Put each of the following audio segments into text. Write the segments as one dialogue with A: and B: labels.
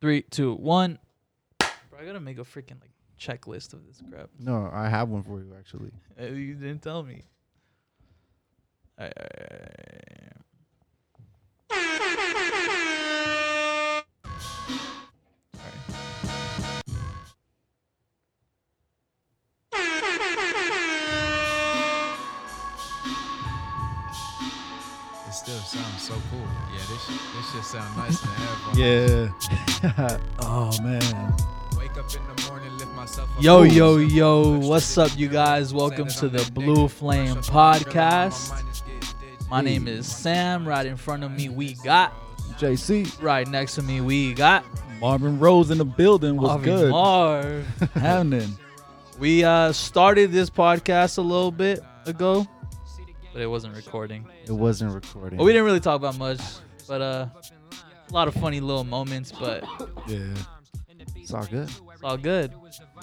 A: Three, two, one. Bro, I gotta make a freaking like checklist of this crap.
B: No, I have one for you actually.
A: Uh, You didn't tell me. Alright, alright, alright, alright. Alright.
C: It still sounds so cool. Yeah, this shit, this shit sound nice to have.
B: Yeah. oh man.
C: Wake up in the morning, lift myself up.
A: Yo, yo, yo, what's up, you guys? Welcome to the Blue Flame Podcast. My name is Sam. Right in front of me, we got.
B: JC
A: Right next to me, we got.
B: Marvin Rose in the building was
A: Harvey
B: good.
A: Marv.
B: Happening.
A: We uh, started this podcast a little bit ago, but it wasn't recording.
B: It wasn't recording.
A: Well, we didn't really talk about much, but uh, a lot of funny little moments, but
B: Yeah. It's all good.
A: it's all good.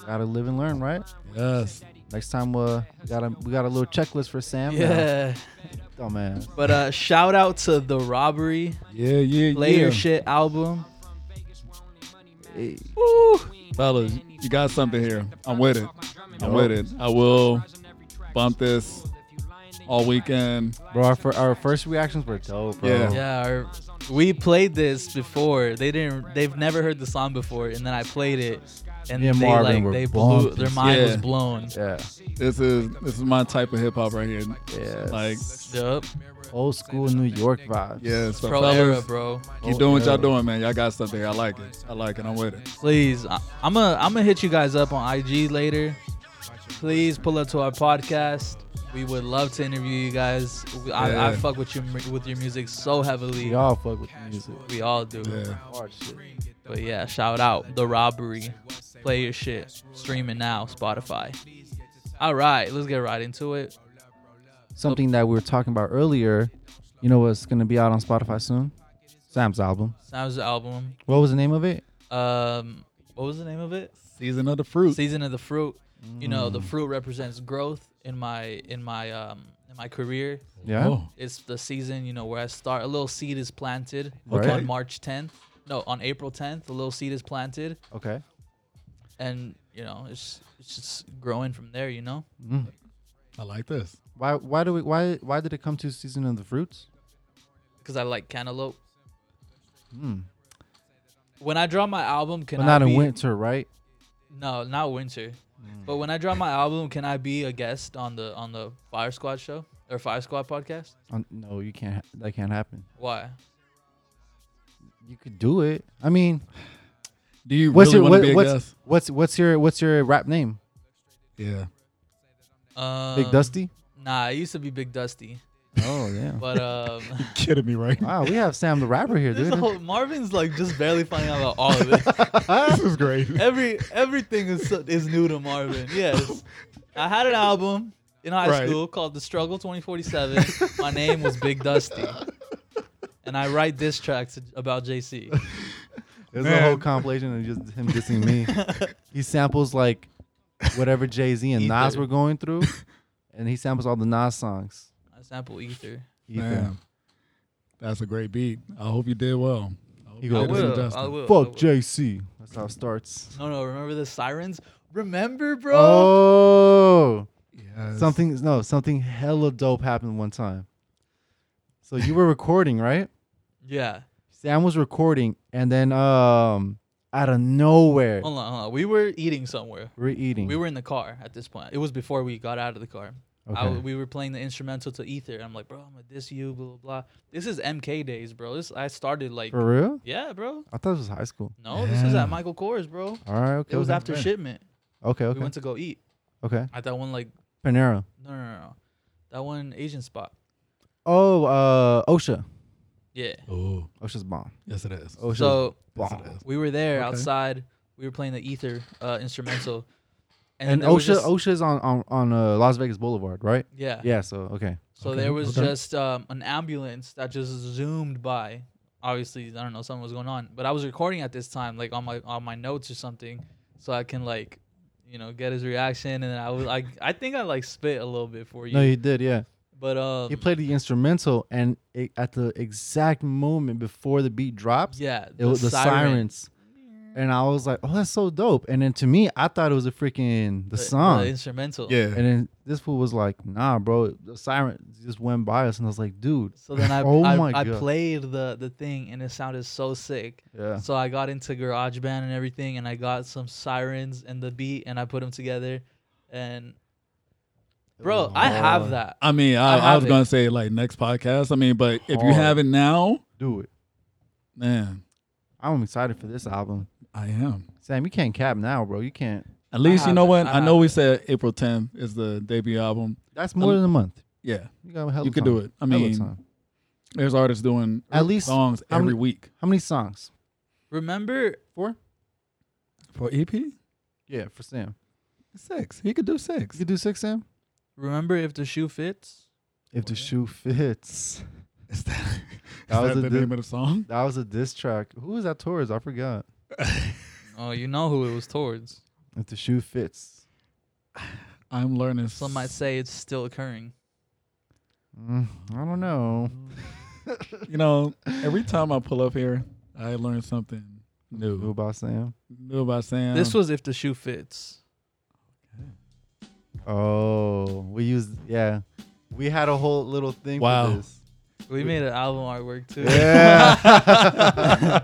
B: Gotta live and learn, right? Yes. Next time, uh, we got a we got a little checklist for Sam. now.
A: Yeah.
B: Oh man.
A: But uh, shout out to The Robbery,
B: Yeah, yeah,
A: Play Your Shit album.
B: Hey.
A: Woo!
D: Fellas, you got something here. I'm with it. I'm
B: Yo.
D: with it. I will bump this all weekend.
B: Bro, our, fir- our first reactions were dope, bro.
D: Yeah.
A: Yeah, our, we played this before. They didn't. They've never heard the song before, and then I played it, and
B: Me and
A: they
B: Marvin
A: like
B: were
A: they blew.
B: bumping.
A: Their mind was
D: Yeah.
A: blown.
B: Yeah.
D: This is this is my type of hip hop right here.
B: Yes.
D: Like
A: Yup.
B: Old school New York vibes.
D: yeah, so
A: Pro era,
D: fellas,
A: bro.
D: keep doing what y'all doing, man. Y'all got something. I like it. I like it. I'm with it.
A: please I, i'm gonna i'm gonna hit you guys up on ig later please pull up to our podcast we would love to interview you guys We- i, I
D: Yeah.
A: fuck with your mu- with your music so heavily
B: We all fuck with the music.
A: we all do
D: Yeah.
B: Hard shit.
A: but yeah shout out the robbery play your shit streaming now spotify all right let's get right into it
B: Something that we were talking about earlier, you know what's going to be out on Spotify soon? Sam's album.
A: sounds the album
B: What was the name of it?
A: um what was the name of it
D: Season of the fruit.
A: season of the fruit you know
B: Mm.
A: the fruit represents growth in my in my um in my career
B: Yeah.
D: Oh.
A: it's the season you know where I start. A little seed is planted
B: Okay.
A: on March 10th. No, on April 10th, a little seed is planted,
B: Okay.
A: and you know it's it's just growing from there. You know,
D: I like this.
B: Why why do we why why did it come to season of the fruits?
A: because I like cantaloupe.
B: Hmm.
A: When I drop my album, can
B: But not
A: I
B: in
A: be-
B: winter, right?
A: No, not winter.
B: Mm.
A: But when I drop my album, can I be a guest on the on the Fire Squad show or Fire Squad podcast?
B: On, no, you can't. ha- That can't happen.
A: Why?
B: You could do it. I mean,
D: Do you
B: what's
D: really
B: your
D: want to
B: what,
D: be a
B: what's
D: guest?
B: what's what's your what's your rap name?
D: Yeah.
A: Um,
B: Big Dusty.
A: Nah, it used to be Big Dusty,
B: Oh yeah.
A: but um.
D: Kidding me, right?
B: wow, we have Sam the rapper here,
A: This
B: dude.
A: whole, Marvin's like just barely finding out about all of it.
D: this is great.
A: Every everything is so- is new to Marvin. Yes, I had an album in high
D: Right.
A: school called The Struggle 2047. My name was Big Dusty, and I write diss tracks about JC.
B: There's a whole
D: Man.
B: compilation of just him dissing me. he samples like whatever Jay Z and Nas
A: Ether.
B: were going through, and he samples all the Nas songs.
A: I sample Ether.
B: Ether.
D: Man, that's a great beat. I hope you did well. hope
B: He
D: you
A: I
B: Yeah,
D: did
B: goes,
D: some
A: will.
D: justice.
A: I will. I will.
B: Fuck Jay Z. That's how it starts.
A: No, no. Remember the sirens? Remember, bro?
B: Oh,
D: Yes.
B: something no, something hella dope happened one time. So you were recording, right?
A: Yeah.
B: Sam was recording, and then um, out of nowhere,
A: Hold on, hold on. We were eating somewhere.
B: we're eating.
A: We were in the car at this point. It was before we got out of the car. I
B: Okay.
A: w we were playing the instrumental to Ether. I'm like, bro, I'm gonna diss you, blah blah blah. This is MK days, bro. This I started like,
B: for real.
A: yeah, bro.
B: I thought it was high school.
A: No, this was
D: Yeah.
A: at Michael Kors, bro.
B: All right, okay.
A: It was
B: okay.
A: after shipment.
B: Okay,
A: We
B: okay,
A: went to go eat
B: okay.
A: at that one like,
B: Panera.
A: no, no, no, no, that one Asian spot.
B: Oh, uh, OSHA.
A: Yeah.
D: Oh,
B: OSHA's bomb.
D: yes, it is.
B: OSHA's
A: So
D: yes,
B: bomb.
D: it is.
A: we were there
D: Okay.
A: outside. We were playing the Ether uh, instrumental, and,
B: And
A: there was
B: OSHA,
A: just-
B: OSHA's on on on uh, Las Vegas Boulevard, right?
A: yeah,
B: Yeah. So okay.
A: So
D: Okay,
A: there was
D: okay.
A: just um, an ambulance that just zoomed by. Obviously, I don't know something was going on, but I was recording at this time, like on my on my notes or something, so I can like, you know, get his reaction. And then I was like, I think I like spit a little bit for you,
B: No, he did. Yeah.
A: but um,
B: He played the instrumental, and it, at the exact moment before the beat drops,
A: yeah,
B: it was the
A: siren.
B: sirens. and I was like, "Oh, that's so dope!" And then to me, I thought it was a freaking the song.
A: the instrumental.
E: Yeah.
B: and then this fool was like, "Nah, bro, the siren just went by us," and I was like, "Dude,
A: So then I
B: Oh my
A: I, I
B: God.
A: played the the thing and it sounded so sick.
B: yeah,
A: So I got into GarageBand and everything, and I got some sirens and the beat, and I put them together, and bro, I have that.
E: I mean,
A: I
E: I, I,
A: have
E: was
A: it.
E: gonna say like next podcast. I mean, but if you
B: Hard.
E: have it now,
B: do it."
E: man,
B: I'm excited for this album,
E: I am.
B: Sam. You can't cap now, bro. You can't.
E: At least you
A: have
E: know
A: it.
E: what?
A: I
E: I, know
A: have
E: we
A: it.
E: said April 10th is the debut album.
B: That's more than a month.
E: Yeah,
B: You got a hell.
E: you could do it. I mean, there's artists doing
B: At least-
E: songs
B: how
E: every
B: many-
E: week
B: how many songs?
A: Remember,
B: Four.
E: for EP.
B: Yeah, for Sam.
E: Six. He could do
B: You
E: six.
B: could do six, Sam.
A: remember if the shoe fits.
B: If the shoe fits.
E: Is that, is
B: Oh, That was
E: that
B: a
E: the
B: di-
E: name of the song?
B: That was a diss track. Who was that towards? I forgot.
A: Oh, you know who it was towards.
B: If the shoe fits.
E: I'm learning.
A: Some might say it's still occurring.
B: Mm, I don't know.
E: You know, every time I pull up here, I learn something
B: Who
E: new.
B: about Sam?
E: New about Sam.
A: This was if the shoe fits.
B: Oh, we used yeah. We had a whole little thing
E: Wow.
B: for this.
A: We made an album artwork too.
B: Yeah.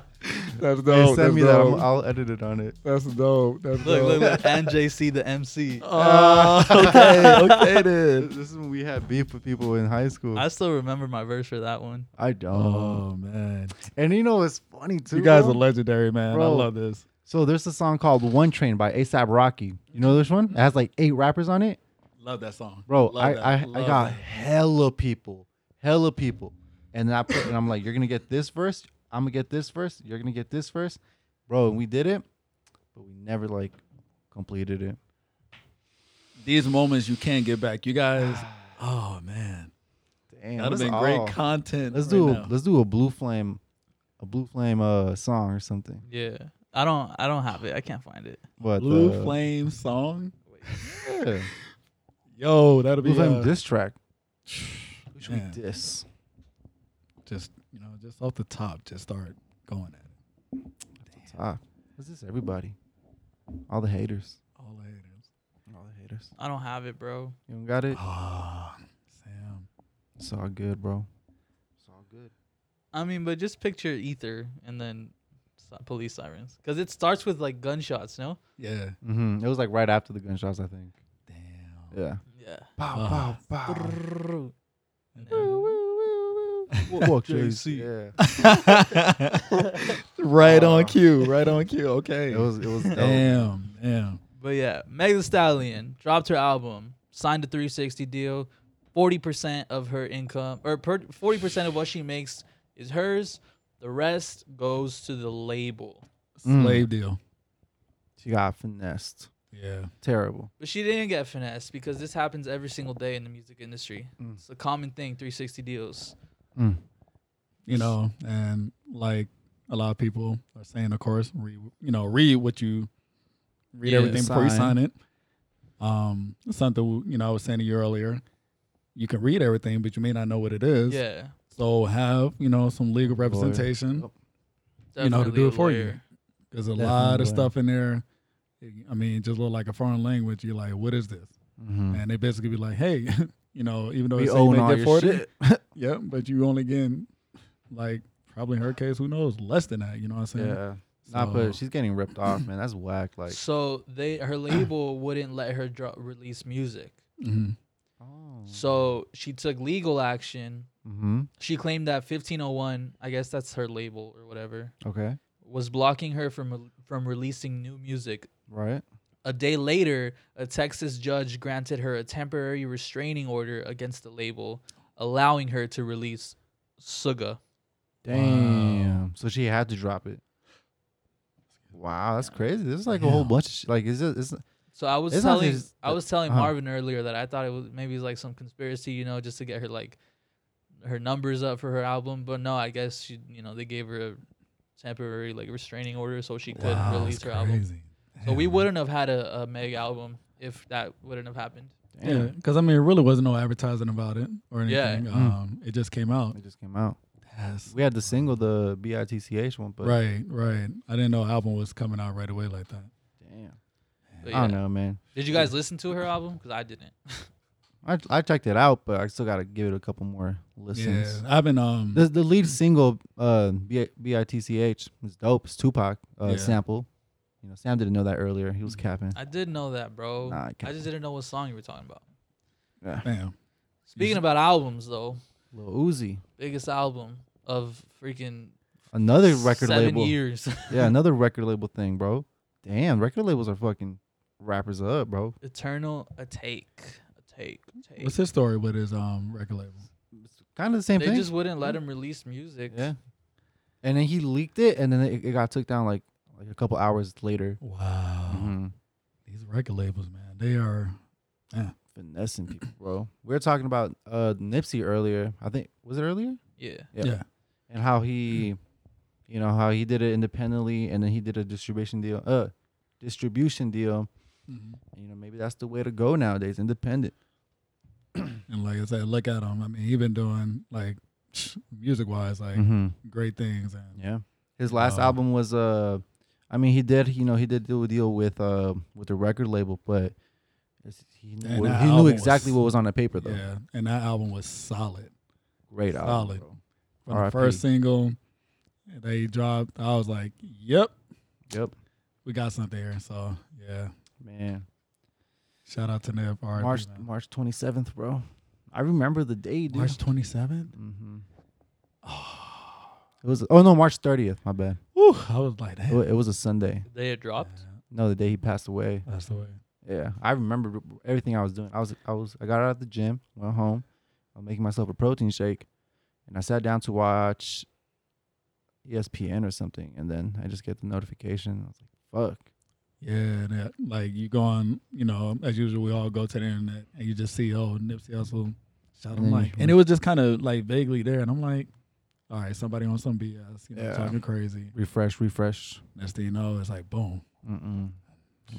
E: that's dope.
B: they send
E: that's
B: me that.
E: dope.
B: I'm, I'll edit it on it.
E: that's dope. That's
A: Look, look,
E: dope.
A: look, and JC the MC.
B: Uh,
E: Oh, okay, okay then.
B: This is when we had beef with people in high school.
A: I still remember my verse for that one.
B: I don't.
E: Oh man,
B: And you know what's funny too?
E: you guys
B: bro?
E: are legendary, man. I
B: Bro.
E: love this.
B: so there's a song called One Train by ASAP Rocky. You know this one? It has like eight rappers on it.
E: Love that song,
B: Bro, I, I, I got hella people. Hella people. And then I put and I'm like, you're gonna get this verse, I'm gonna get this verse, you're gonna get this verse. Bro, and we did it, but we never like completed it.
E: these moments you can't get back. You guys, oh man,
B: Damn.
E: that would have
B: that's
E: been
B: all.
E: great content.
B: Let's
E: right
B: do
E: now.
B: a, let's do a blue flame a blue flame uh song or something.
A: Yeah, I don't, I don't have it. I can't find it.
B: But
E: blue
B: uh,
E: flame song.
B: yeah.
E: Yo, that'll be
B: Blue flame
E: uh,
B: diss track. Who should
E: man.
B: we diss?
E: just you know, just off the top, just start going at it.
B: Ah, let's diss everybody. All the haters.
E: All haters.
B: All the haters.
A: I don't have it, bro.
B: You don't got it?
E: Ah, Sam.
B: It's all good, bro. It's all good.
A: I mean, but just picture ether and then si- police sirens, because it starts with like gunshots. No.
E: Yeah.
B: Mm-hmm. It was like right after the gunshots, I think.
E: Damn.
B: Yeah.
A: Yeah.
B: Pow,
E: Ah.
B: pow, pow.
E: Fuck
B: Yeah.
E: right on
B: Ah.
E: cue. Right on cue. Okay.
B: It was, it was dope.
E: damn. Damn.
A: But yeah, Meg Thee Stallion dropped her album, signed a 360 deal. 40% of her income, or per, 40% of what she makes is hers. The rest goes to the label.
B: Mm.
E: Slave deal.
B: She got finessed.
E: Yeah.
B: Terrible.
A: But she didn't get finessed because this happens every single day in the music industry.
B: Mm.
A: It's a common thing, 360 deals.
B: Mm.
E: You know, and like a lot of people are saying, of course, read you know, read what you read
A: Yeah,
E: everything before you
B: sign.
E: sign it. Um, something you know, I was saying to you earlier. You can read everything, but you may not know what it is.
A: Yeah.
E: So have you know some legal
B: Lawyer.
E: representation
B: Yep.
E: You know, to
A: definitely
E: do
A: a
E: it for you.
A: lawyer.
E: because a
B: Definitely
E: lot of
B: lawyer.
E: stuff in there. I mean, just look like a foreign language. You're like, what is this?
B: Mm-hmm.
E: And they basically be like, hey, you know, even though
B: We
E: it's
B: own all
E: get
B: your
E: 40,
B: shit.
E: yeah, but you only getting like probably in her case, who knows, less than that. You know what I'm saying?
B: Yeah. Nah,
E: So-
B: but she's getting ripped off, man. That's whack. Like,
A: so they her label wouldn't let her dro- release music.
E: Mhm.
B: oh.
A: So she took legal action.
B: Mm-hmm.
A: She claimed that 1501, I guess that's her label or whatever,
B: Okay.
A: was blocking her from from releasing new music.
B: Right.
A: A day later, a Texas judge granted her a temporary restraining order against the label, allowing her to release Suga.
B: Damn. So she had to drop it. Wow, that's crazy. This is like a whole
E: Yeah.
B: bunch of sh- like is it is
A: So I was
B: It's not
A: telling
B: just
A: I
B: that-
A: was telling
B: uh-huh.
A: Marvin earlier that I thought it was maybe it's like some conspiracy, you know, just to get her like her numbers up for her album. But no, I guess she you know, they gave her a temporary like restraining order so she could
E: Wow,
A: not
E: that's
A: release her album.
E: crazy.
A: So we
E: Damn.
A: wouldn't have had a, a Meg album if that wouldn't have happened.
B: damn.
E: Yeah, because I mean, it really wasn't no advertising about it or
A: Yeah.
E: anything.
B: Mm.
E: Um, It just came out.
B: It just came out.
E: Yes.
B: We had the single, the BITCH one, but
E: right, right. I didn't know album was coming out right away like that.
B: damn.
A: But
B: I
A: yeah.
B: don't know, man.
A: Did you guys listen to her album? Because I didn't.
B: I I checked it out, but I still gotta give it a couple more listens.
E: Yeah, I've been um.
B: The, the lead single, uh, B- BITCH, is dope. It's Tupac uh,
E: Yeah.
B: sample. You know, Sam didn't know that earlier. He was capping.
A: I did know that, bro.
B: Nah, I
A: I
B: can't.
A: just didn't know what song you were talking about.
E: Damn.
A: Speaking about albums, though,
B: Lil Uzi,
A: biggest album of freaking
B: another record
A: seven
B: label.
A: years.
B: Yeah, another record label thing, bro. Damn, record labels are fucking rappers up, bro.
A: Eternal, a take, a take, a take.
E: What's his story with his um record label?
B: It's kind of the same
A: they
B: thing.
A: just wouldn't let him release music.
B: yeah. And then he leaked it, and then it, it got took down like like a couple hours later.
A: Oh.
E: Wow.
B: hmm
E: These record labels, man, they are.
B: Finessing people, bro. We were talking about uh Nipsey earlier. I think was it earlier?
A: yeah.
B: Yeah.
E: Yeah.
B: and how he, you know, how he did it independently, and then he did a distribution deal, uh, distribution deal.
A: Mm-hmm.
E: Mhm.
B: You know, maybe that's the way to go nowadays, independent.
E: And like I said, look at him. I mean, he been doing like music wise, like
B: Mm-hmm.
E: great things. And
B: Yeah, his last
E: Wow.
B: album was uh, I mean, he did, you know, he did do a deal with uh with the record label, but it's, he
E: And
B: knew,
E: that
B: he
E: album
B: knew
E: was-
B: exactly what was on the paper though.
E: yeah, and that album was solid.
B: Great album.
E: Solid.
B: bro.
E: From
B: R.I.P.
E: the first single they dropped, I was like, "Yep,
B: Yep,
E: we got something here." So yeah,
B: man.
E: shout out to Nip. R.I.P.,
B: March
E: man.
B: March twenty seventh, bro. I remember the day, dude.
E: March twenty seventh.
B: hmm It was oh no, March thirtieth. My bad.
E: Woo! I was like,
B: It
E: "Damn,
B: wa- it was a Sunday.
A: The day it dropped.
B: No, the day he passed away.
E: that's the way."
B: Yeah, I remember everything I was doing. I was, I was, I got out of the gym, went home, I was making myself a protein shake, and I sat down to watch E ESPN or something, and then I just get the notification. I was like, "Fuck."
E: Yeah, and that, like you go on, you know, as usual, we all go to the internet and you just see, oh, Nipsey Hussle
B: And
E: shot
B: then
E: him like,
B: you-
E: and it was just kind of like vaguely there, and I'm like, all right, somebody on some BS, you know,
B: Yeah.
E: talking crazy.
B: Refresh, refresh.
E: Next thing you know, it's like boom.
B: Mm-mm.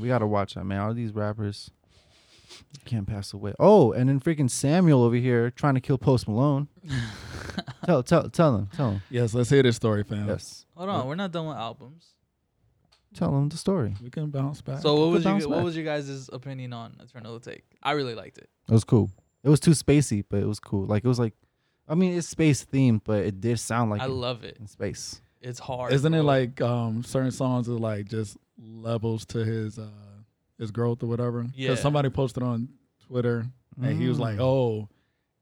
B: We gotta watch that man. All these rappers can't pass away. Oh, and then freaking Samuel over here trying to kill Post Malone. tell, tell, tell him, tell him.
E: Yes, let's hear this story, fam.
B: Yes,
A: Hold on, we're not done with albums.
B: tell him the story.
E: we can bounce back.
A: So what
B: could
A: was
B: bounce
A: you, what
B: back.
A: was your guys' opinion on Eternal Take? I really liked it.
B: It was cool. It was too spacey, but it was cool. Like it was like, I mean, it's space themed, but it did sound like
A: I
B: it
A: love it.
B: in space.
A: It's hard.
E: isn't it
A: bro.
E: like um certain songs are like just levels to his uh his growth or whatever? 'Cause
A: Yeah.
E: somebody posted on Twitter and he was like,
B: Mm.
E: oh,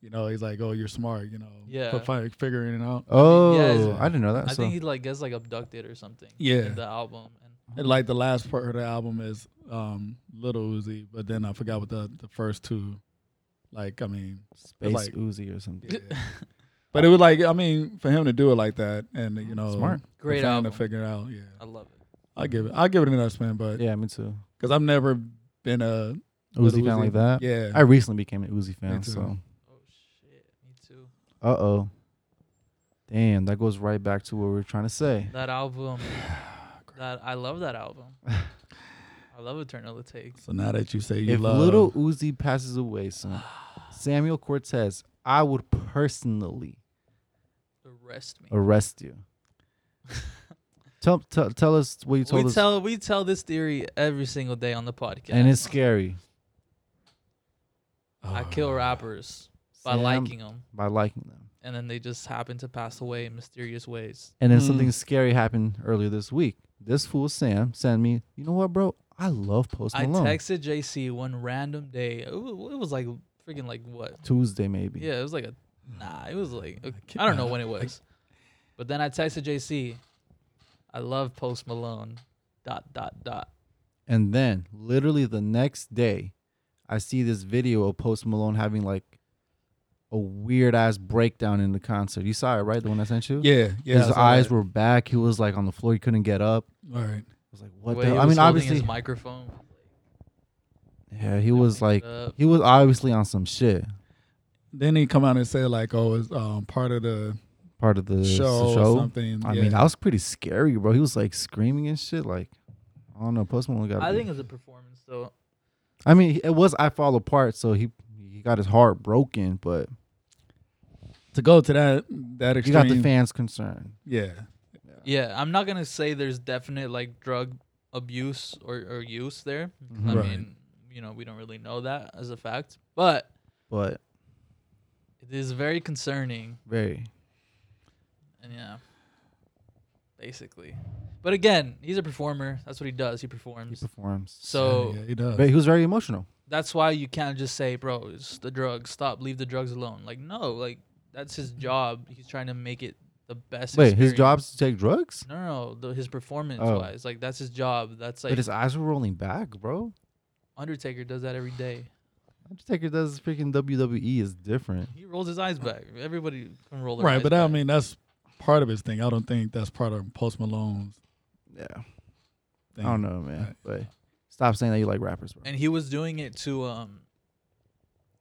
E: you know, he's like, oh, you're smart, you know,
A: Yeah.
E: for fi- figuring it out.
B: oh,
A: it's-
B: I didn't know that.
A: I
B: so.
A: think he like gets like abducted or something.
E: Yeah.
A: In the album. And
E: And like the last part of the album is um Little Uzi, but then I forgot what the, the first two. Like, I mean,
B: space
E: like-
B: Uzi or something.
E: yeah. but it was like, I mean, for him to do it like that, and you know,
B: Smart.
A: Great
E: trying
A: album.
E: to figure it out. Yeah,
A: I love it.
E: I give it, I give it an spin, but
B: Yeah, me too.
E: because I've never been a Lil
B: Uzi, fan like that.
E: Yeah,
B: I recently became an Uzi fan.
E: too.
B: So,
A: Oh shit, me too.
B: uh oh, damn, that goes right back to what we were trying to say.
A: That album. that I love that album. I love Eternal Take.
E: so now that you say you
B: if
E: love
B: little Uzi passes away, son, Samuel Cortez, I would personally
A: Arrest me.
B: arrest you. tell, tell, tell us what you told
A: we
B: us,
A: tell we tell this theory every single day on the podcast.
B: and it's scary.
E: Oh.
A: I kill rappers by
B: Ah, Sam-
A: liking them,
B: by liking them.
A: and then they just happen to pass away in mysterious ways.
B: And then
E: Mm.
B: something scary happened earlier this week. This fool Sam sent me, you know what, bro? I love Post
A: I
B: Malone.
A: texted JC one random day. It wa- it was like freaking like what?
B: Tuesday maybe.
A: Yeah, it was like a nah. It was like a-
E: can't-
A: I don't know when it was, but then I texted JC. I love Post Malone. Dot dot dot.
B: And then literally the next day, I see this video of Post Malone having like a weird ass breakdown in the concert. You saw it, right? The one I sent you.
E: Yeah, yeah.
B: His eyes were back. He was like on the floor. He couldn't get up.
E: all right.
B: I was like, what?
A: Way
B: the
A: he
B: hell? I
A: was
B: mean,
A: holding his
B: obviously,
A: microphone.
B: yeah. He was like,
A: it up.
B: he was obviously on some shit.
E: Then he come out and say like, "Oh, it's um part of the
B: Part of the
E: show, or something."
B: I
E: yeah.
B: mean, that was pretty scary, bro. He was like screaming and shit. Like, I don't know. Post Malone got.
A: I
B: beat.
A: think it's a performance though.
B: I mean, it was I fall apart, so he he got his heart broken, but
E: to go to that that
B: You
E: extreme.
B: got the fans concerned.
E: Yeah,
A: Yeah, I'm not gonna say there's definite like drug abuse or, or use there. I
E: Right.
A: mean, you know, we don't really know that as a fact, but
B: But
A: it is very concerning.
B: very.
A: And yeah, basically. But again, he's a performer. That's what he does. He
B: He
A: performs.
B: performs.
A: so
E: yeah, he does.
B: But he was very emotional.
A: that's why you can't just say, "Bro, it's the drugs. Stop. Leave the drugs alone." Like, no, like that's his job. He's trying to make it the best.
B: Mm-hmm. Wait, his
A: experience.
B: job's to take drugs?
A: No, no, no the, his performance
B: Oh.
A: wise, like that's his job. That's like
B: but his eyes were rolling back, bro.
A: Undertaker does that every day.
B: Undertaker does freaking WWE is different.
A: He rolls his eyes back. Everybody can roll their
E: right,
A: eyes
E: but I
A: back.
E: mean that's part of his thing. I don't think that's part of Post Malone's
B: Yeah. I
E: thing.
B: don't know, man. But stop saying that you like rappers, bro.
A: and he was doing it to um,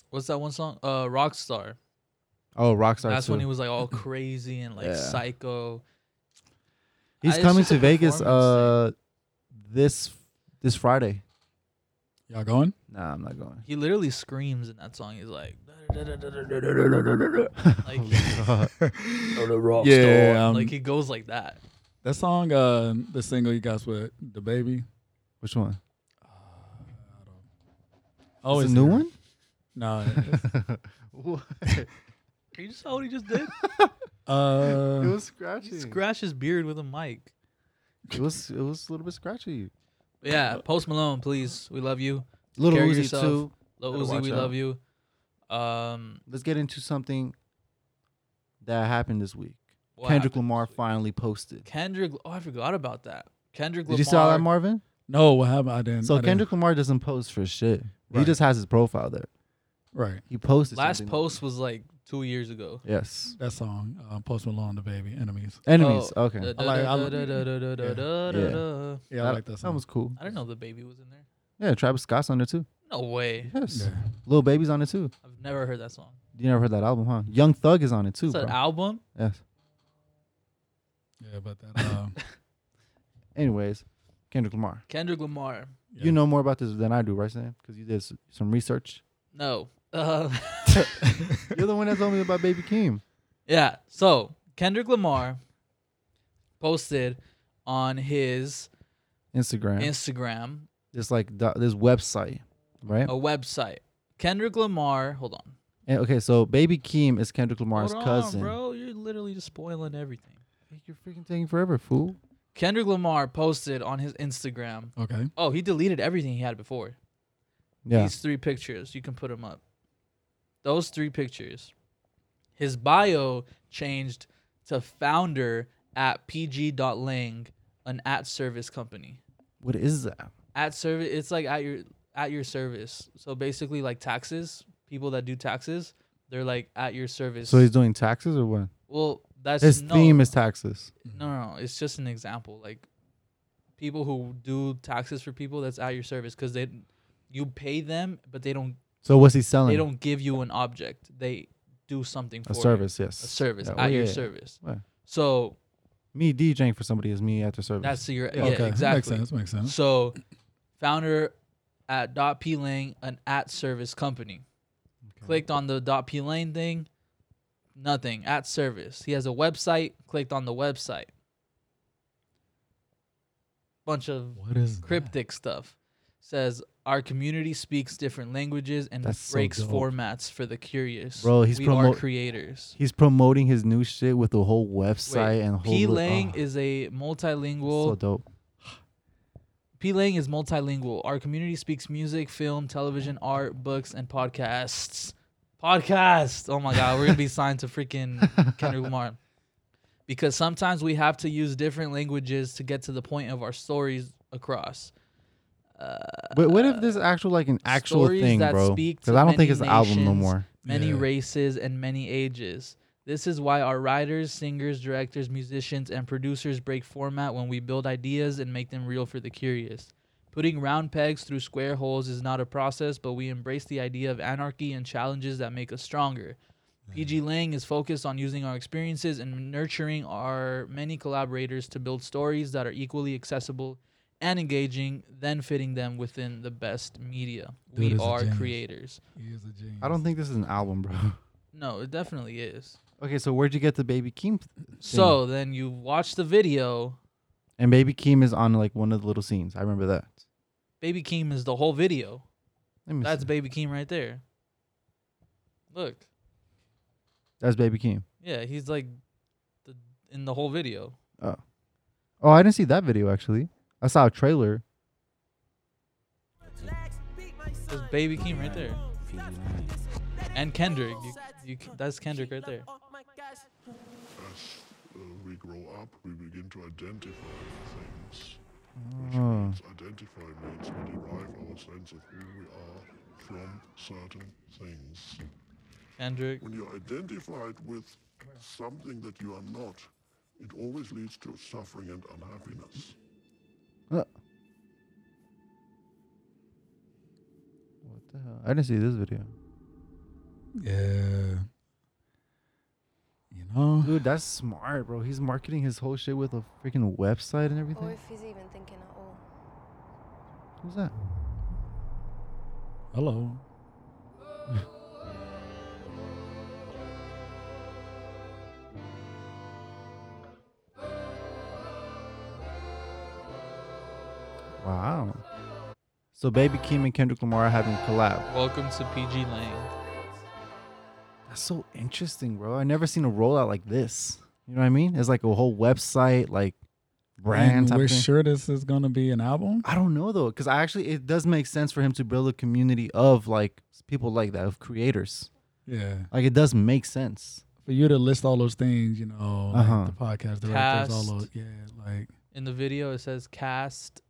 A: what's that one song? Uh, Rockstar.
B: Oh, Rockstar.
A: That's when
B: too.
A: he was like all crazy and like
B: Yeah.
A: psycho.
B: He's
A: I- it's
B: coming
A: just a
B: to Vegas uh
A: performance
B: this this Friday.
E: Y'all going?
B: Nah, I'm not going.
A: He literally screams in that song. He's like, like,
E: yeah, um,
A: like he goes like that.
E: that song, uh, the single you guys with the baby.
B: Which one?
E: Oh,
B: it's a new one?
E: No.
B: What?
A: You just saw what he just did.
E: Uh,
B: It was
A: he
B: scratchy.
A: scratched his beard with a mic.
B: it was it was a little bit scratchy.
A: Yeah, Post Malone, please. We love you.
B: Little
A: Carry
B: Uzi
A: yourself.
B: too.
A: Lil
B: Gotta
A: Uzi,
B: watch
A: we
B: out.
A: love you. Um,
B: Let's get into something that happened this week.
A: what
B: Kendrick
A: happened?
B: Lamar finally posted.
A: Kendrick. Oh, I forgot about that. Kendrick
B: Did
A: Lamar.
B: you see all that, Marvin?
E: no, what happened? I didn't. I
B: So
E: didn't-
B: Kendrick Lamar doesn't post for shit. He
E: Right.
B: just has his profile there.
E: right?
B: He posted
A: Last
B: something.
A: post was like two years ago.
B: Yes.
E: That song, uh, Post Malone, the baby, enemies.
B: Enemies.
A: Oh,
B: okay.
A: da-
E: I like- I
A: da-
E: like-
A: da- da- da- da- da-
E: yeah.
A: da-
B: Yeah.
A: da- da.
E: Yeah, I like that
B: That
E: song.
B: was cool.
A: I didn't know the baby was in there.
B: Yeah, Travis Scott's on there too.
A: No way.
B: Yes.
E: Yeah.
B: Little Baby's on it too.
A: I've never heard that song.
B: You never heard that album, huh? Young Thug is on it too.
A: It's an
B: bro.
A: album.
B: Yes.
E: Yeah, but that. Um,
B: Anyways, Kendrick Lamar.
A: Kendrick Lamar.
E: yeah.
B: You know more about this than I do, right, Sam? Because you did s- some research.
A: No. Uh,
B: You're the one that told me about Baby Keem.
A: yeah. So Kendrick Lamar posted on his
B: Instagram.
A: Instagram
B: this like do- this website, right?
A: a website. Kendrick Lamar. Hold on.
B: And, okay, so Baby Keem is Kendrick Lamar's
A: Hold on,
B: cousin.
A: bro. You're literally just spoiling everything.
B: You're freaking taking forever, fool.
A: Kendrick Lamar posted on his Instagram.
E: Okay.
A: Oh, he deleted everything he had before.
B: Yeah.
A: These three pictures, you can put them up. Those three pictures. His bio changed to founder at pg.lang, an at service company.
B: what is that?
A: At service, it's like at your at your service. So basically, like taxes, people that do taxes, they're like at your service.
B: So he's doing taxes or what?
A: well, that's
B: His
A: no,
B: theme is taxes.
A: No, no, no, it's just an example. Like people who do taxes for people, that's at your service because they, you pay them, but they don't.
B: So what's he selling?
A: They don't give you an object. They do something for
B: a
A: you.
B: service, yes.
A: a service
B: Yeah,
A: at
B: well,
A: your
B: yeah.
A: service.
B: Right.
A: So
B: Me DJing for somebody is me at their service.
A: that's your yeah,
E: okay. Makes
A: exactly.
E: sense. Makes sense.
A: So founder at dot p lane an at service company. Clicked on the dot p lane thing. Nothing at service. He has a website. Clicked on the website. Bunch of
E: What is that?
A: cryptic stuff says our community speaks different languages and
B: That's so
A: breaks
B: dope.
A: formats for the curious.
B: Bro, he's
A: we are
B: promo-
A: creators.
B: He's promoting his new shit with the whole website and whole.
A: P
B: li-
A: Lang
B: oh,
A: is a multilingual.
B: so dope.
A: P Lang is multilingual. Our community speaks music, film, television, art, books, and podcasts. Podcasts. Oh my god, we're gonna be signed to freaking Kendrick Lamar. Because sometimes we have to use different languages to get to the point of our stories across.
B: But what if this actual like an actual
A: stories
B: thing,
A: that
B: bro?
A: speak
B: Because
A: to
B: I don't think
A: many
B: it's an album no
A: nations,
B: more.
A: many
E: Yeah.
A: races and many ages. This is why our writers, singers, directors, musicians, and producers break format when we build ideas and make them real for the curious. Putting round pegs through square holes is not a process, but we embrace the idea of anarchy and challenges that make us stronger. PG Lang is focused on using our experiences and nurturing our many collaborators to build stories that are equally accessible and engaging, then fitting them within the best media.
E: Dude
A: we
E: is a
A: are
E: genius.
A: creators.
E: He is a genius.
B: I don't think this is an album, bro.
A: No, it definitely is.
B: Okay, so where'd you get the Baby Keem? thing?
A: So then you watch the video.
B: and Baby Keem is on like one of the little scenes. I remember that.
A: Baby Keem is the whole video.
B: Let me
A: That's
B: see.
A: Baby Keem right there. Look,
B: that's Baby Keem.
A: yeah, he's like the, in the whole video.
B: Oh, I didn't see that video actually. I saw a trailer.
A: There's Baby Keem right there, and Kendrick. You, you, that's Kendrick right there.
F: As uh, we grow up, we begin to identify things. Which
B: Oh.
F: means identify means we derive our sense of who we are from certain things.
A: Kendrick.
F: When you're identified with something that you are not, it always leads to suffering and unhappiness.
B: Uh. What the hell? I didn't see this video.
E: Yeah. You know?
B: Dude, that's smart, bro. He's marketing his whole shit with a freaking website and everything.
G: Or if he's even thinking at all.
B: Who's that?
E: Hello.
B: Wow. So Baby Keem and Kendrick Lamar are having collab.
A: Welcome to PG Lane.
B: That's so interesting, bro. I never seen a rollout like this. You know what I mean? It's like a whole website, like brand.
E: And
B: Type
E: we're
B: thing.
E: sure this is gonna be an album.
B: I don't know though, because I actually it does make sense for him to build a community of like people like that of creators.
E: Yeah.
B: Like it does make sense.
E: For you to list all those things, you know, like
B: Uh-huh.
E: the podcast directors, all
A: Cast.
E: those yeah, like
A: in the video it says cast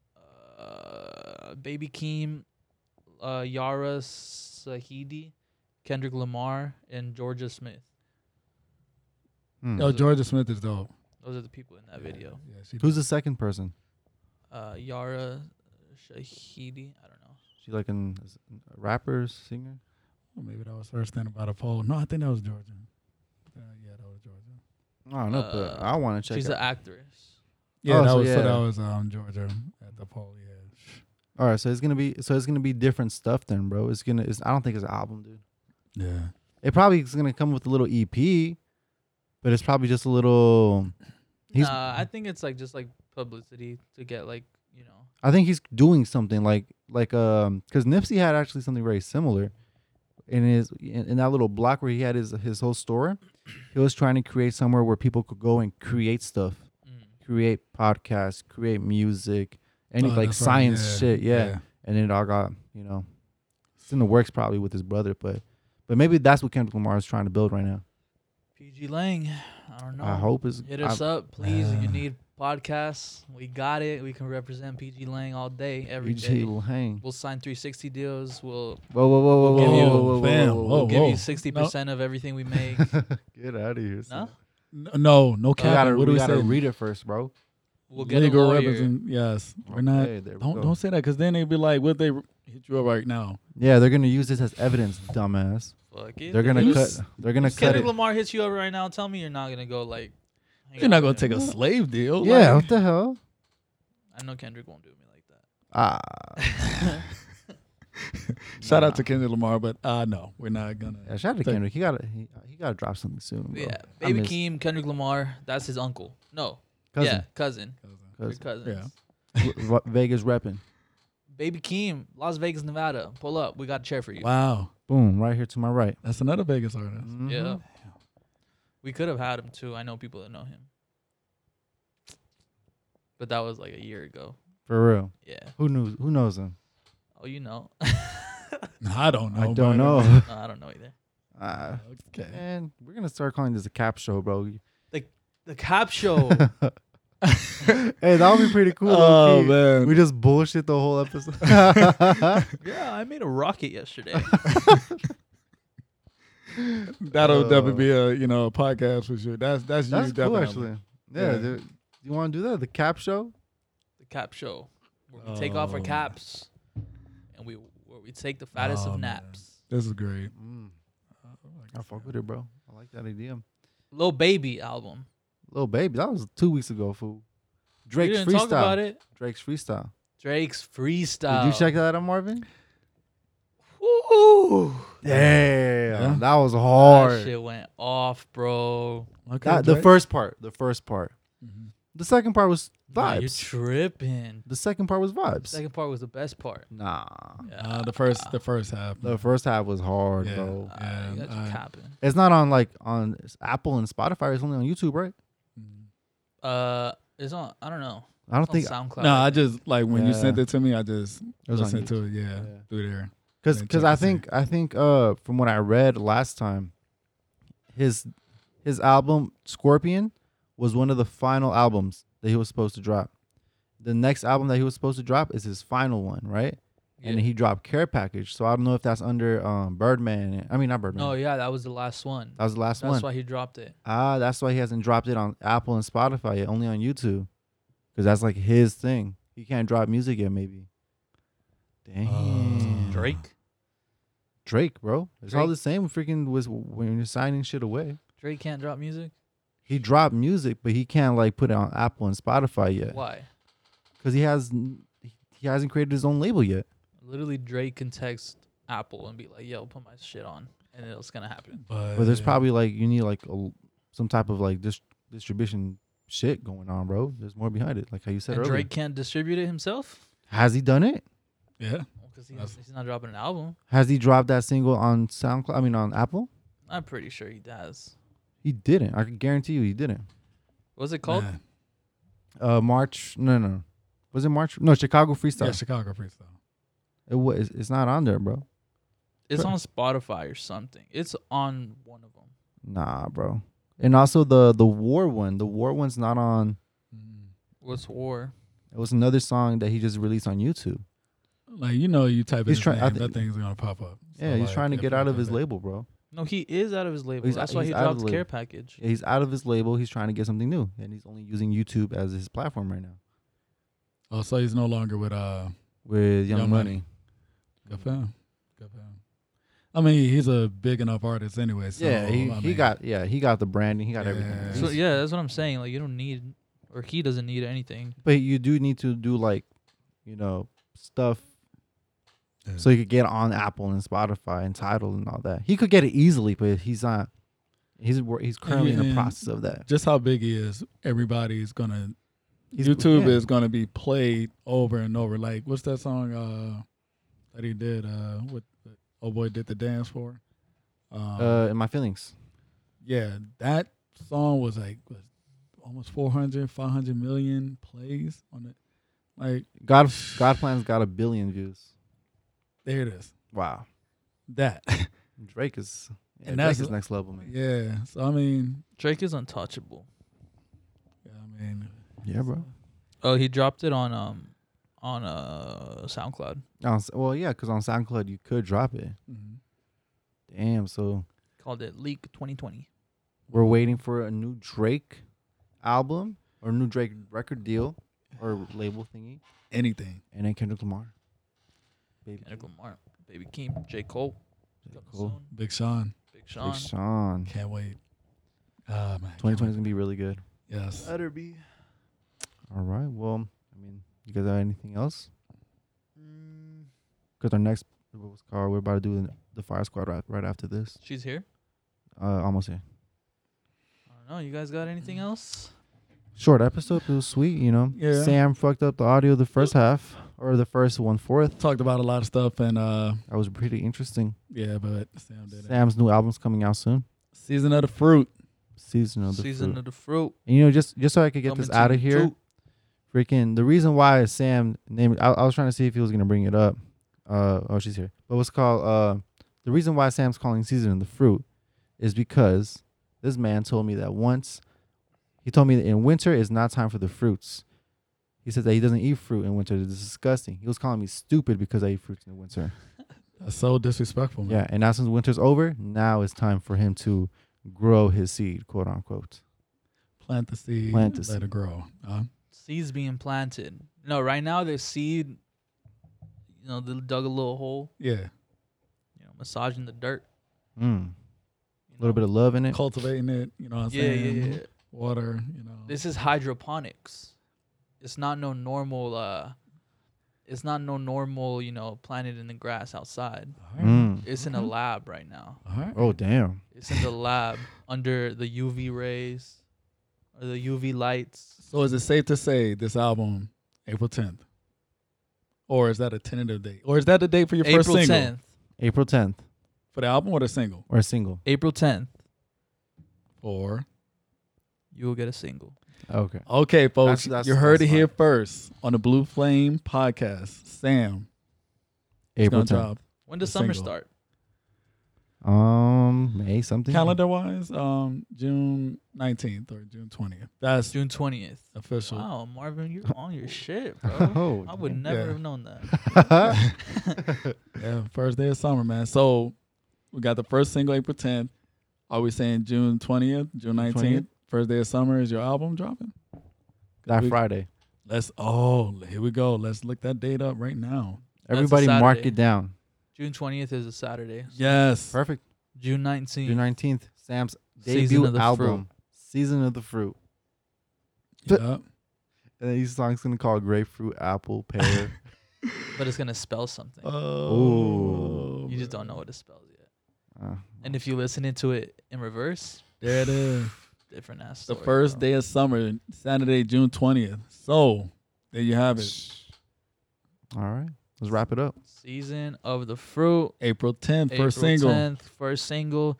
A: uh, baby keem uh, yara sahidi kendrick lamar and georgia smith
B: Hmm.
E: Oh, Georgia Smith is dope.
A: those are the people in that video
E: Yeah, she
B: Who's the second person?
A: uh, yara shahidi i don't know
B: She like an, a rapper, singer?
E: Oh, maybe that was her standing by the pole. No, I think that was Georgia. Uh, yeah, that was Georgia.
B: I don't know, but
A: Uh,
B: I want to check.
A: she's
B: it
A: an actress
E: Yeah,
B: Oh,
E: that
B: so
E: was so
B: yeah.
E: that was um Georgia at the pole. Yeah,
B: All right, so it's gonna be so it's gonna be different stuff then, bro. It's gonna it's I don't think it's an album, dude.
E: yeah.
B: It probably is gonna come with a little EP, but it's probably just a little. He's-
A: nah, i think it's like just like publicity to get like you know
B: I think he's doing something like like um because Nipsey had actually something very similar in his in, in that little block where he had his his whole store. He was trying to create somewhere where people could go and create stuff,
A: mm.
B: create podcasts, create music, any
E: Oh,
B: like
E: that's right,
B: science shit, yeah. And then it all got you know, it's in the works probably with his brother, but but maybe that's what Kendrick Lamar is trying to build right now.
A: pg lang i don't know
B: I hope it's
A: Hit
B: I-
A: us up, please. if you
E: Uh.
A: need podcasts, we got it. We can represent PG Lang all day, every day.
B: PG Lang.
A: We'll sign 360 deals. We'll
B: Whoa, whoa, whoa, whoa,
A: We'll give
B: whoa,
A: you-
B: whoa, whoa,
E: Fam,
B: whoa,
E: whoa.
B: Oh, whoa,
A: we'll give you
E: no.
A: 60% of everything we make.
B: Get out of here. son.
A: no?
E: N- No, no
B: We gotta,
E: cap. What do
B: we
E: we
B: gotta
E: say?
B: read it first, bro.
A: We'll get a
E: Legal
A: lawyer.
E: represent- Yes, we're not.
B: Okay, there we
E: Don't
B: go.
E: don't say that because then they'd be like, "What they r- hit you up right now?"
B: Yeah, they're gonna use this as evidence, dumbass.
A: Fuck it.
B: They're gonna
E: You
B: cut.
E: s-
B: They're gonna
A: If
B: cut
A: Kendrick
B: it.
A: Lamar hits you up right now, tell me you're not gonna go like. hang
E: You're not
A: out
E: gonna
A: with
E: take
A: him.
E: a slave deal.
B: Yeah,
E: like-
B: what the hell?
A: I know Kendrick won't do me like that.
B: Ah,
E: Shout out
B: Nah.
E: to Kendrick Lamar, but uh no, we're not gonna.
B: yeah, shout out to
E: Thank-
B: Kendrick. He gotta, he, he gotta drop something soon. Bro.
A: yeah,
B: I
A: Baby
B: miss-
A: Keem, Kendrick Lamar. That's his uncle. No, yeah,
B: cousin,
A: cousin. Your
B: cousin.
A: cousins.
E: Yeah.
B: Ve- Vegas repping.
A: Baby Keem, Las Vegas, Nevada. Pull up. We got a chair for you.
E: Wow,
B: Boom, right here to my right.
E: that's another Vegas artist.
A: Yeah.
B: Mhm.
A: We could have had him too. I know people that know him. But that was like a year ago.
B: for real.
A: Yeah.
B: Who knows? Who knows him?
A: Oh, you know.
E: I don't know.
B: I don't
E: brother.
B: know.
A: No, I don't know either.
B: Ah,
E: Okay.
B: man, we're gonna start calling this a cap show, bro.
A: The Cap Show.
B: hey, that would be pretty cool.
E: Oh
B: low-key.
E: man,
B: we just bullshit the whole episode.
A: yeah, I made a rocket yesterday.
E: That'll
B: Uh,
E: definitely be a you know a podcast for sure. That's that's,
B: That's
E: you
B: cool,
E: definitely.
B: actually. Yeah,
E: Yeah.
B: dude. You want to do that? The cap show?
A: the Cap Show. Where we take off our
E: Oh.
A: caps and we where we take the fattest
E: Oh,
A: of
E: man.
A: naps.
E: This is great.
B: Mm,
E: Oh,
B: I fuck with it, bro. I like that idea.
A: Lil Baby album.
B: Little baby, that was two weeks ago, fool.
A: We
B: Drake's
A: didn't
B: freestyle.
A: talk about it. Uh,
B: Drake's freestyle.
A: Drake's freestyle.
B: Did you check that out, Marvin?
A: Ooh, Whew.
B: Damn,
E: Yeah.
B: that was
A: That
B: hard.
A: shit went off, bro.
E: Okay,
B: That- the
E: Jay.
B: first part, the first part.
E: Mhm.
B: The second part was
A: Nah, You're
B: vibes.
A: tripping.
B: the second part was vibes.
A: Second part was the best part.
B: nah,
E: Uh, the first, the first half.
B: the first half was hard,
E: Yeah.
B: bro.
A: Nah,
E: Yeah,
A: you guys are
E: I-
A: capping.
B: It's not on like on Apple and Spotify. It's only on YouTube, right?
A: Uh, it's on. I don't know.
B: I don't
A: It's on
B: think
A: SoundCloud.
E: No, I just like when you
B: Yeah.
E: sent it to me, I just
B: was on
E: listened to it. Yeah,
B: Yeah.
E: through there.
B: because
E: Then
B: because
E: check
B: I
E: this out.
B: think I think uh from what I read last time, his his album Scorpion was one of the final albums that he was supposed to drop. The next album that he was supposed to drop is his final one, right? And
A: Yeah.
B: he dropped Care Package, so I don't know if that's under um Birdman. I mean, not Birdman.
A: No, yeah, that was the last one.
B: that was the last
A: That's
B: one.
A: why he dropped it.
B: Ah, that's why he hasn't dropped it on Apple and Spotify yet, only on YouTube. Because that's like his thing. He can't drop music yet, maybe.
A: Uh,
B: Damn.
A: Drake.
B: Drake, bro. It's all
A: Drake.
B: the same freaking was when you're signing shit away.
A: Drake can't drop music.
B: He dropped music, but he can't like put it on Apple and Spotify yet.
A: Why?
B: Because he has n- he hasn't created his own label yet.
A: Literally, Drake can text Apple and be like, "Yo, put my shit on," and it's gonna happen.
E: But,
B: But there's
A: Oh,
B: probably like you need like a, some type of like dis- distribution shit going on, bro. There's more behind it. Like how you said
A: And
B: earlier.
A: Drake can't distribute it himself
B: Has he done it?
E: yeah,
A: because
E: That's-
A: he's not dropping an album.
B: Has he dropped that single on SoundCloud? I mean on Apple?
A: I'm pretty sure he does.
B: He didn't. I can guarantee you he didn't.
A: What's it called?
E: Nah.
B: Uh, March. No, no. no. Was it March? No, Chicago Freestyle.
E: yeah, Chicago freestyle.
B: It was. It's not on there, bro.
A: It's on Spotify or something. It's on one of them.
B: Nah, bro. And also the the war one. The war one's not on.
A: What's war?
B: It was another song that he just released on YouTube.
E: Like you know, you type in
B: He's
E: his
B: trying- I
E: name,
B: thi-
E: that thing's gonna pop up. So,
B: yeah, he's
E: like,
B: trying to
E: if
B: get
E: you
B: out of
E: type
B: his
E: it-
B: label, bro.
A: No, he is out of his label.
B: He's-
A: That's why he
B: he's out of
A: dropped
B: the
A: the care
B: label.
A: package.
B: Yeah, He's out of his label. He's trying to get something new, and he's only using YouTube as his platform right now
E: Oh, so he's no longer with uh.
B: with Young,
E: Young
B: Money.
E: Money. Good
B: Mm-hmm.
E: for him. Good for him. I mean, he's a big enough artist anyway. So
B: yeah, he,
E: I
B: he
E: mean,
B: got yeah he got the branding. He got
E: Yeah.
B: everything.
A: So
B: He's-
A: yeah, that's what I'm saying. Like you don't need, or he doesn't need anything.
B: But you do need to do like, you know, stuff
E: Yeah.
B: so he could get on Apple and Spotify and title and all that. He could get it easily, but he's not. He's wor- he's currently in the
E: and-
B: process of that.
E: just how big he is. Everybody's gonna
B: He's,
E: YouTube
B: yeah.
E: is gonna be played over and over. Like what's that song uh that he did uh what oh boy did the dance for? Um,
B: uh in my feelings.
E: yeah, that song was like was almost 400, 500 million plays on it. Like
B: God God plan's got a billion views.
E: there it is.
B: Wow,
E: That
B: Drake is yeah,
E: And
B: Drake
E: that's-
B: is next level, man.
E: yeah. So I mean,
A: Drake is untouchable.
E: yeah, I mean,
B: Yeah, bro.
A: Oh, he dropped it on um on uh SoundCloud.
B: well, yeah, because on SoundCloud you could drop it.
E: mhm.
B: Damn. So
A: Called it Leak 2020.
B: we're waiting for a new Drake album or new Drake record deal or label thingy,
E: anything.
B: and then Kendrick Lamar. Baby
A: Kendrick Lamar, Baby Keem, J Cole, coming
B: Cole.
A: soon,
E: Big Sean,
A: Big Sean.
B: Big Sean.
E: can't wait. Ah man,
B: 2020 is gonna be really good.
E: Yes.
B: Utterby. All right. Well, I mean, you guys have anything else? Because our next what was called, we're about to do the Fire Squad right, right after this.
A: She's here.
B: Uh, almost here.
A: I don't know. You guys got anything
B: Mm.
A: else?
B: Short episode. It was sweet, you know.
E: Yeah.
B: Sam fucked up the audio the first half or the first one fourth.
E: Talked about a lot of stuff and uh
B: That was pretty interesting.
E: yeah, but Sam did it.
B: Sam's new album's coming out soon.
E: Season of the fruit.
B: Season of the
A: Season
B: Fruit.
A: of the Fruit.
B: and, you know, just just so I could get
A: coming
B: this
A: to
B: out of
A: you
B: here.
A: too.
B: freaking the reason why Sam named I, I was trying to see if he was gonna bring it up. Uh oh, she's here. But what's called uh the reason why Sam's calling season the fruit is because this man told me that once he told me that in winter it's not time for the fruits. He says that he doesn't eat fruit in winter. It's disgusting. He was calling me stupid because I eat fruits in the winter.
E: That's so disrespectful, man.
B: Yeah, and now since winter's over, now it's time for him to grow his seed, quote unquote.
E: Plant the seed,
B: Plant the
E: let
B: seed.
E: it grow. Uh,
A: Seeds being planted. No, right now the seed. You know, they dug a little hole.
E: yeah,
A: You know, massaging the dirt.
B: Mm.
A: you
B: A little
A: know.
B: bit of love in it.
E: cultivating it. You know what I'm
A: Yeah,
E: saying?
A: yeah, yeah.
E: Water. You know.
A: This is hydroponics. It's not no normal. uh it's not no normal, you know, planted in the grass outside.
E: All right.
B: Mm.
A: It's
E: Mm-hmm.
A: in a lab right now.
E: All right.
B: Oh damn.
A: It's in the lab under the UV rays or the UV lights.
E: So is it safe to say this album April 10th? Or is that a tentative date? Or is that the date for your first
A: April
E: single?
A: 10th.
B: April 10th
E: For the album or the single?
B: or a single.
A: April 10th,
E: Or
A: you will get a single.
B: Okay.
E: Okay, folks,
B: That's- that's-
E: you heard it
B: that's
E: here
B: fine.
E: first on the Blue Flame podcast. Sam, it's
B: April
E: gonna
B: 10th.
E: drop.
A: When does
E: A
A: summer
E: single.
A: start?
B: Um, May something.
E: Calendar wise, um, June 19th or June 20th. That's
A: June 20th.
E: official.
A: Wow, Marvin, you're on your shit, bro.
B: Oh.
A: I would never
E: Yeah.
A: have known that.
E: Yeah, first day of summer, man. So we got the first single April 10th. Are we saying June 20th, June 19th?
B: 20th?
E: First day of summer is your album dropping?
B: that
E: We-
B: Friday.
E: Let's oh here we go. Let's look that date up right now.
A: That's a
B: Everybody mark
A: Saturday.
B: it down.
A: June 20th is a Saturday.
E: Yes.
B: Perfect.
A: June 19th.
B: June 19th, Sam's
A: Season
B: debut
A: of the
B: album, Season of the Fruit.
E: Yup.
B: And then these song's gonna call grapefruit, apple, pear.
A: But it's going to spell something.
E: Oh,
A: you just don't know what it spells yet.
B: Uh,
A: And if you listen into it in reverse,
E: There it is.
A: different ass.
E: The
A: story,
E: first
A: bro.
E: day of summer, Saturday, June 20th. So there you have it.
B: all right, let's wrap it up.
A: Season of the fruit.
E: April 10th,
A: April
E: first single.
A: 10th, first single.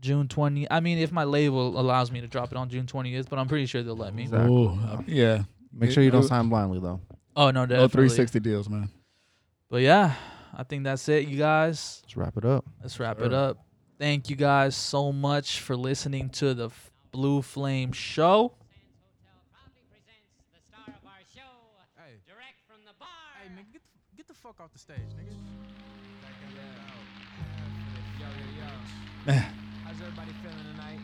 A: June 20th. I mean, if my label allows me to drop it on June 20th, but I'm pretty sure they'll let me.
B: Exactly.
E: Ooh, uh, yeah.
B: Make
E: It-
B: sure you don't
E: it-
B: sign blindly though.
A: Oh, no,
E: No
A: definitely.
E: 360 deals, man.
A: But yeah, I think that's it, you guys.
B: Let's wrap it up.
A: Let's wrap
E: Sure.
A: it up. Thank you guys so much for listening to the F- Blue Flame Show.
C: Hey, hey, nigga, get the, get the fuck off the stage, nigga.
D: Yo, yo, yo. How's everybody feeling tonight?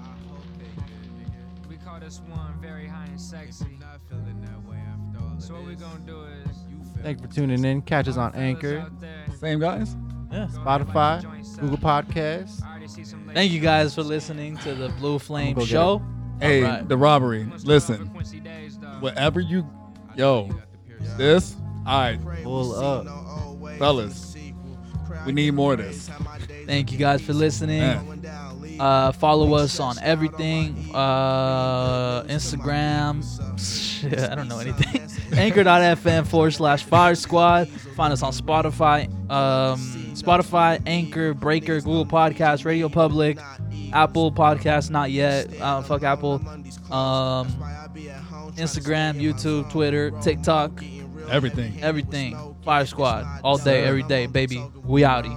C: I hope they good, nigga.
D: We call this one very high and
C: If
D: sexy.
C: you're not feeling that way after all of
D: So what we
C: this,
D: gonna do is
C: you
B: Thank you for tuning in. Catch us
D: All
B: on
D: the fellas
B: Anchor,
D: out there,
E: Same guys.
A: Yeah.
D: go ahead and light your joints
B: Spotify,
D: up.
B: Google Podcasts.
D: I already see some ladies
A: Thank you
D: out
A: guys for
D: there.
A: listening to the Blue Flame
B: go get
A: Show.
E: Hey,
A: All right.
E: the robbery.
D: Must be over
E: Listen,
D: Quincy days, though.
E: whatever you, yo, this, all right,
B: Pull up.
E: fellas, we need more of this.
A: Thank you guys for listening.
E: Yeah.
A: Uh, follow us on everything uh, Instagram. Shit, I don't know anything. Anchor.fm forward slash Fire Squad. Find us on Spotify, um, Spotify, Anchor, Breaker, Google Podcasts, Radio Public, Apple Podcasts. Not yet. Uh, fuck Apple. Um, Instagram, YouTube, Twitter, TikTok,
E: everything.
A: everything. Fire Squad, all day, every day, baby. We outie.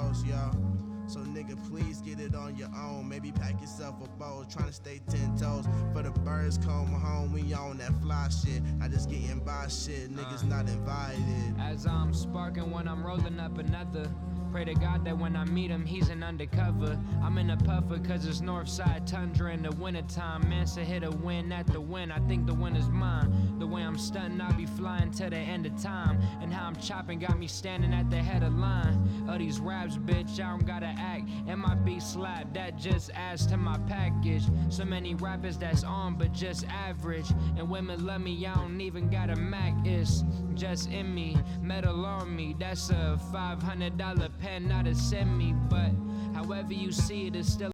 G: So nigga, please get it on your own. Maybe pack yourself a bowl. Tryna stay ten toes. For the birds come home, we on that fly shit. I just getting by shit. Niggas not invited.
D: As I'm sparking one, I'm rolling up another. Pray to God that when I meet him, he's an undercover. I'm in a puffer cause it's Northside tundra in the wintertime. Mansa hit a win at the win. I think the win is mine. The way I'm stunting, I'll be flying till the end of time. And how I'm chopping got me standing at the head of line. Of these raps, bitch, I don't gotta act. And my beat slap, that just adds to my package. So many rappers that's on, but just average. And women love me, I don't even got a Mac. It's just in me, metal on me. That's a $500 pen, not a semi. But however you see it, it's still.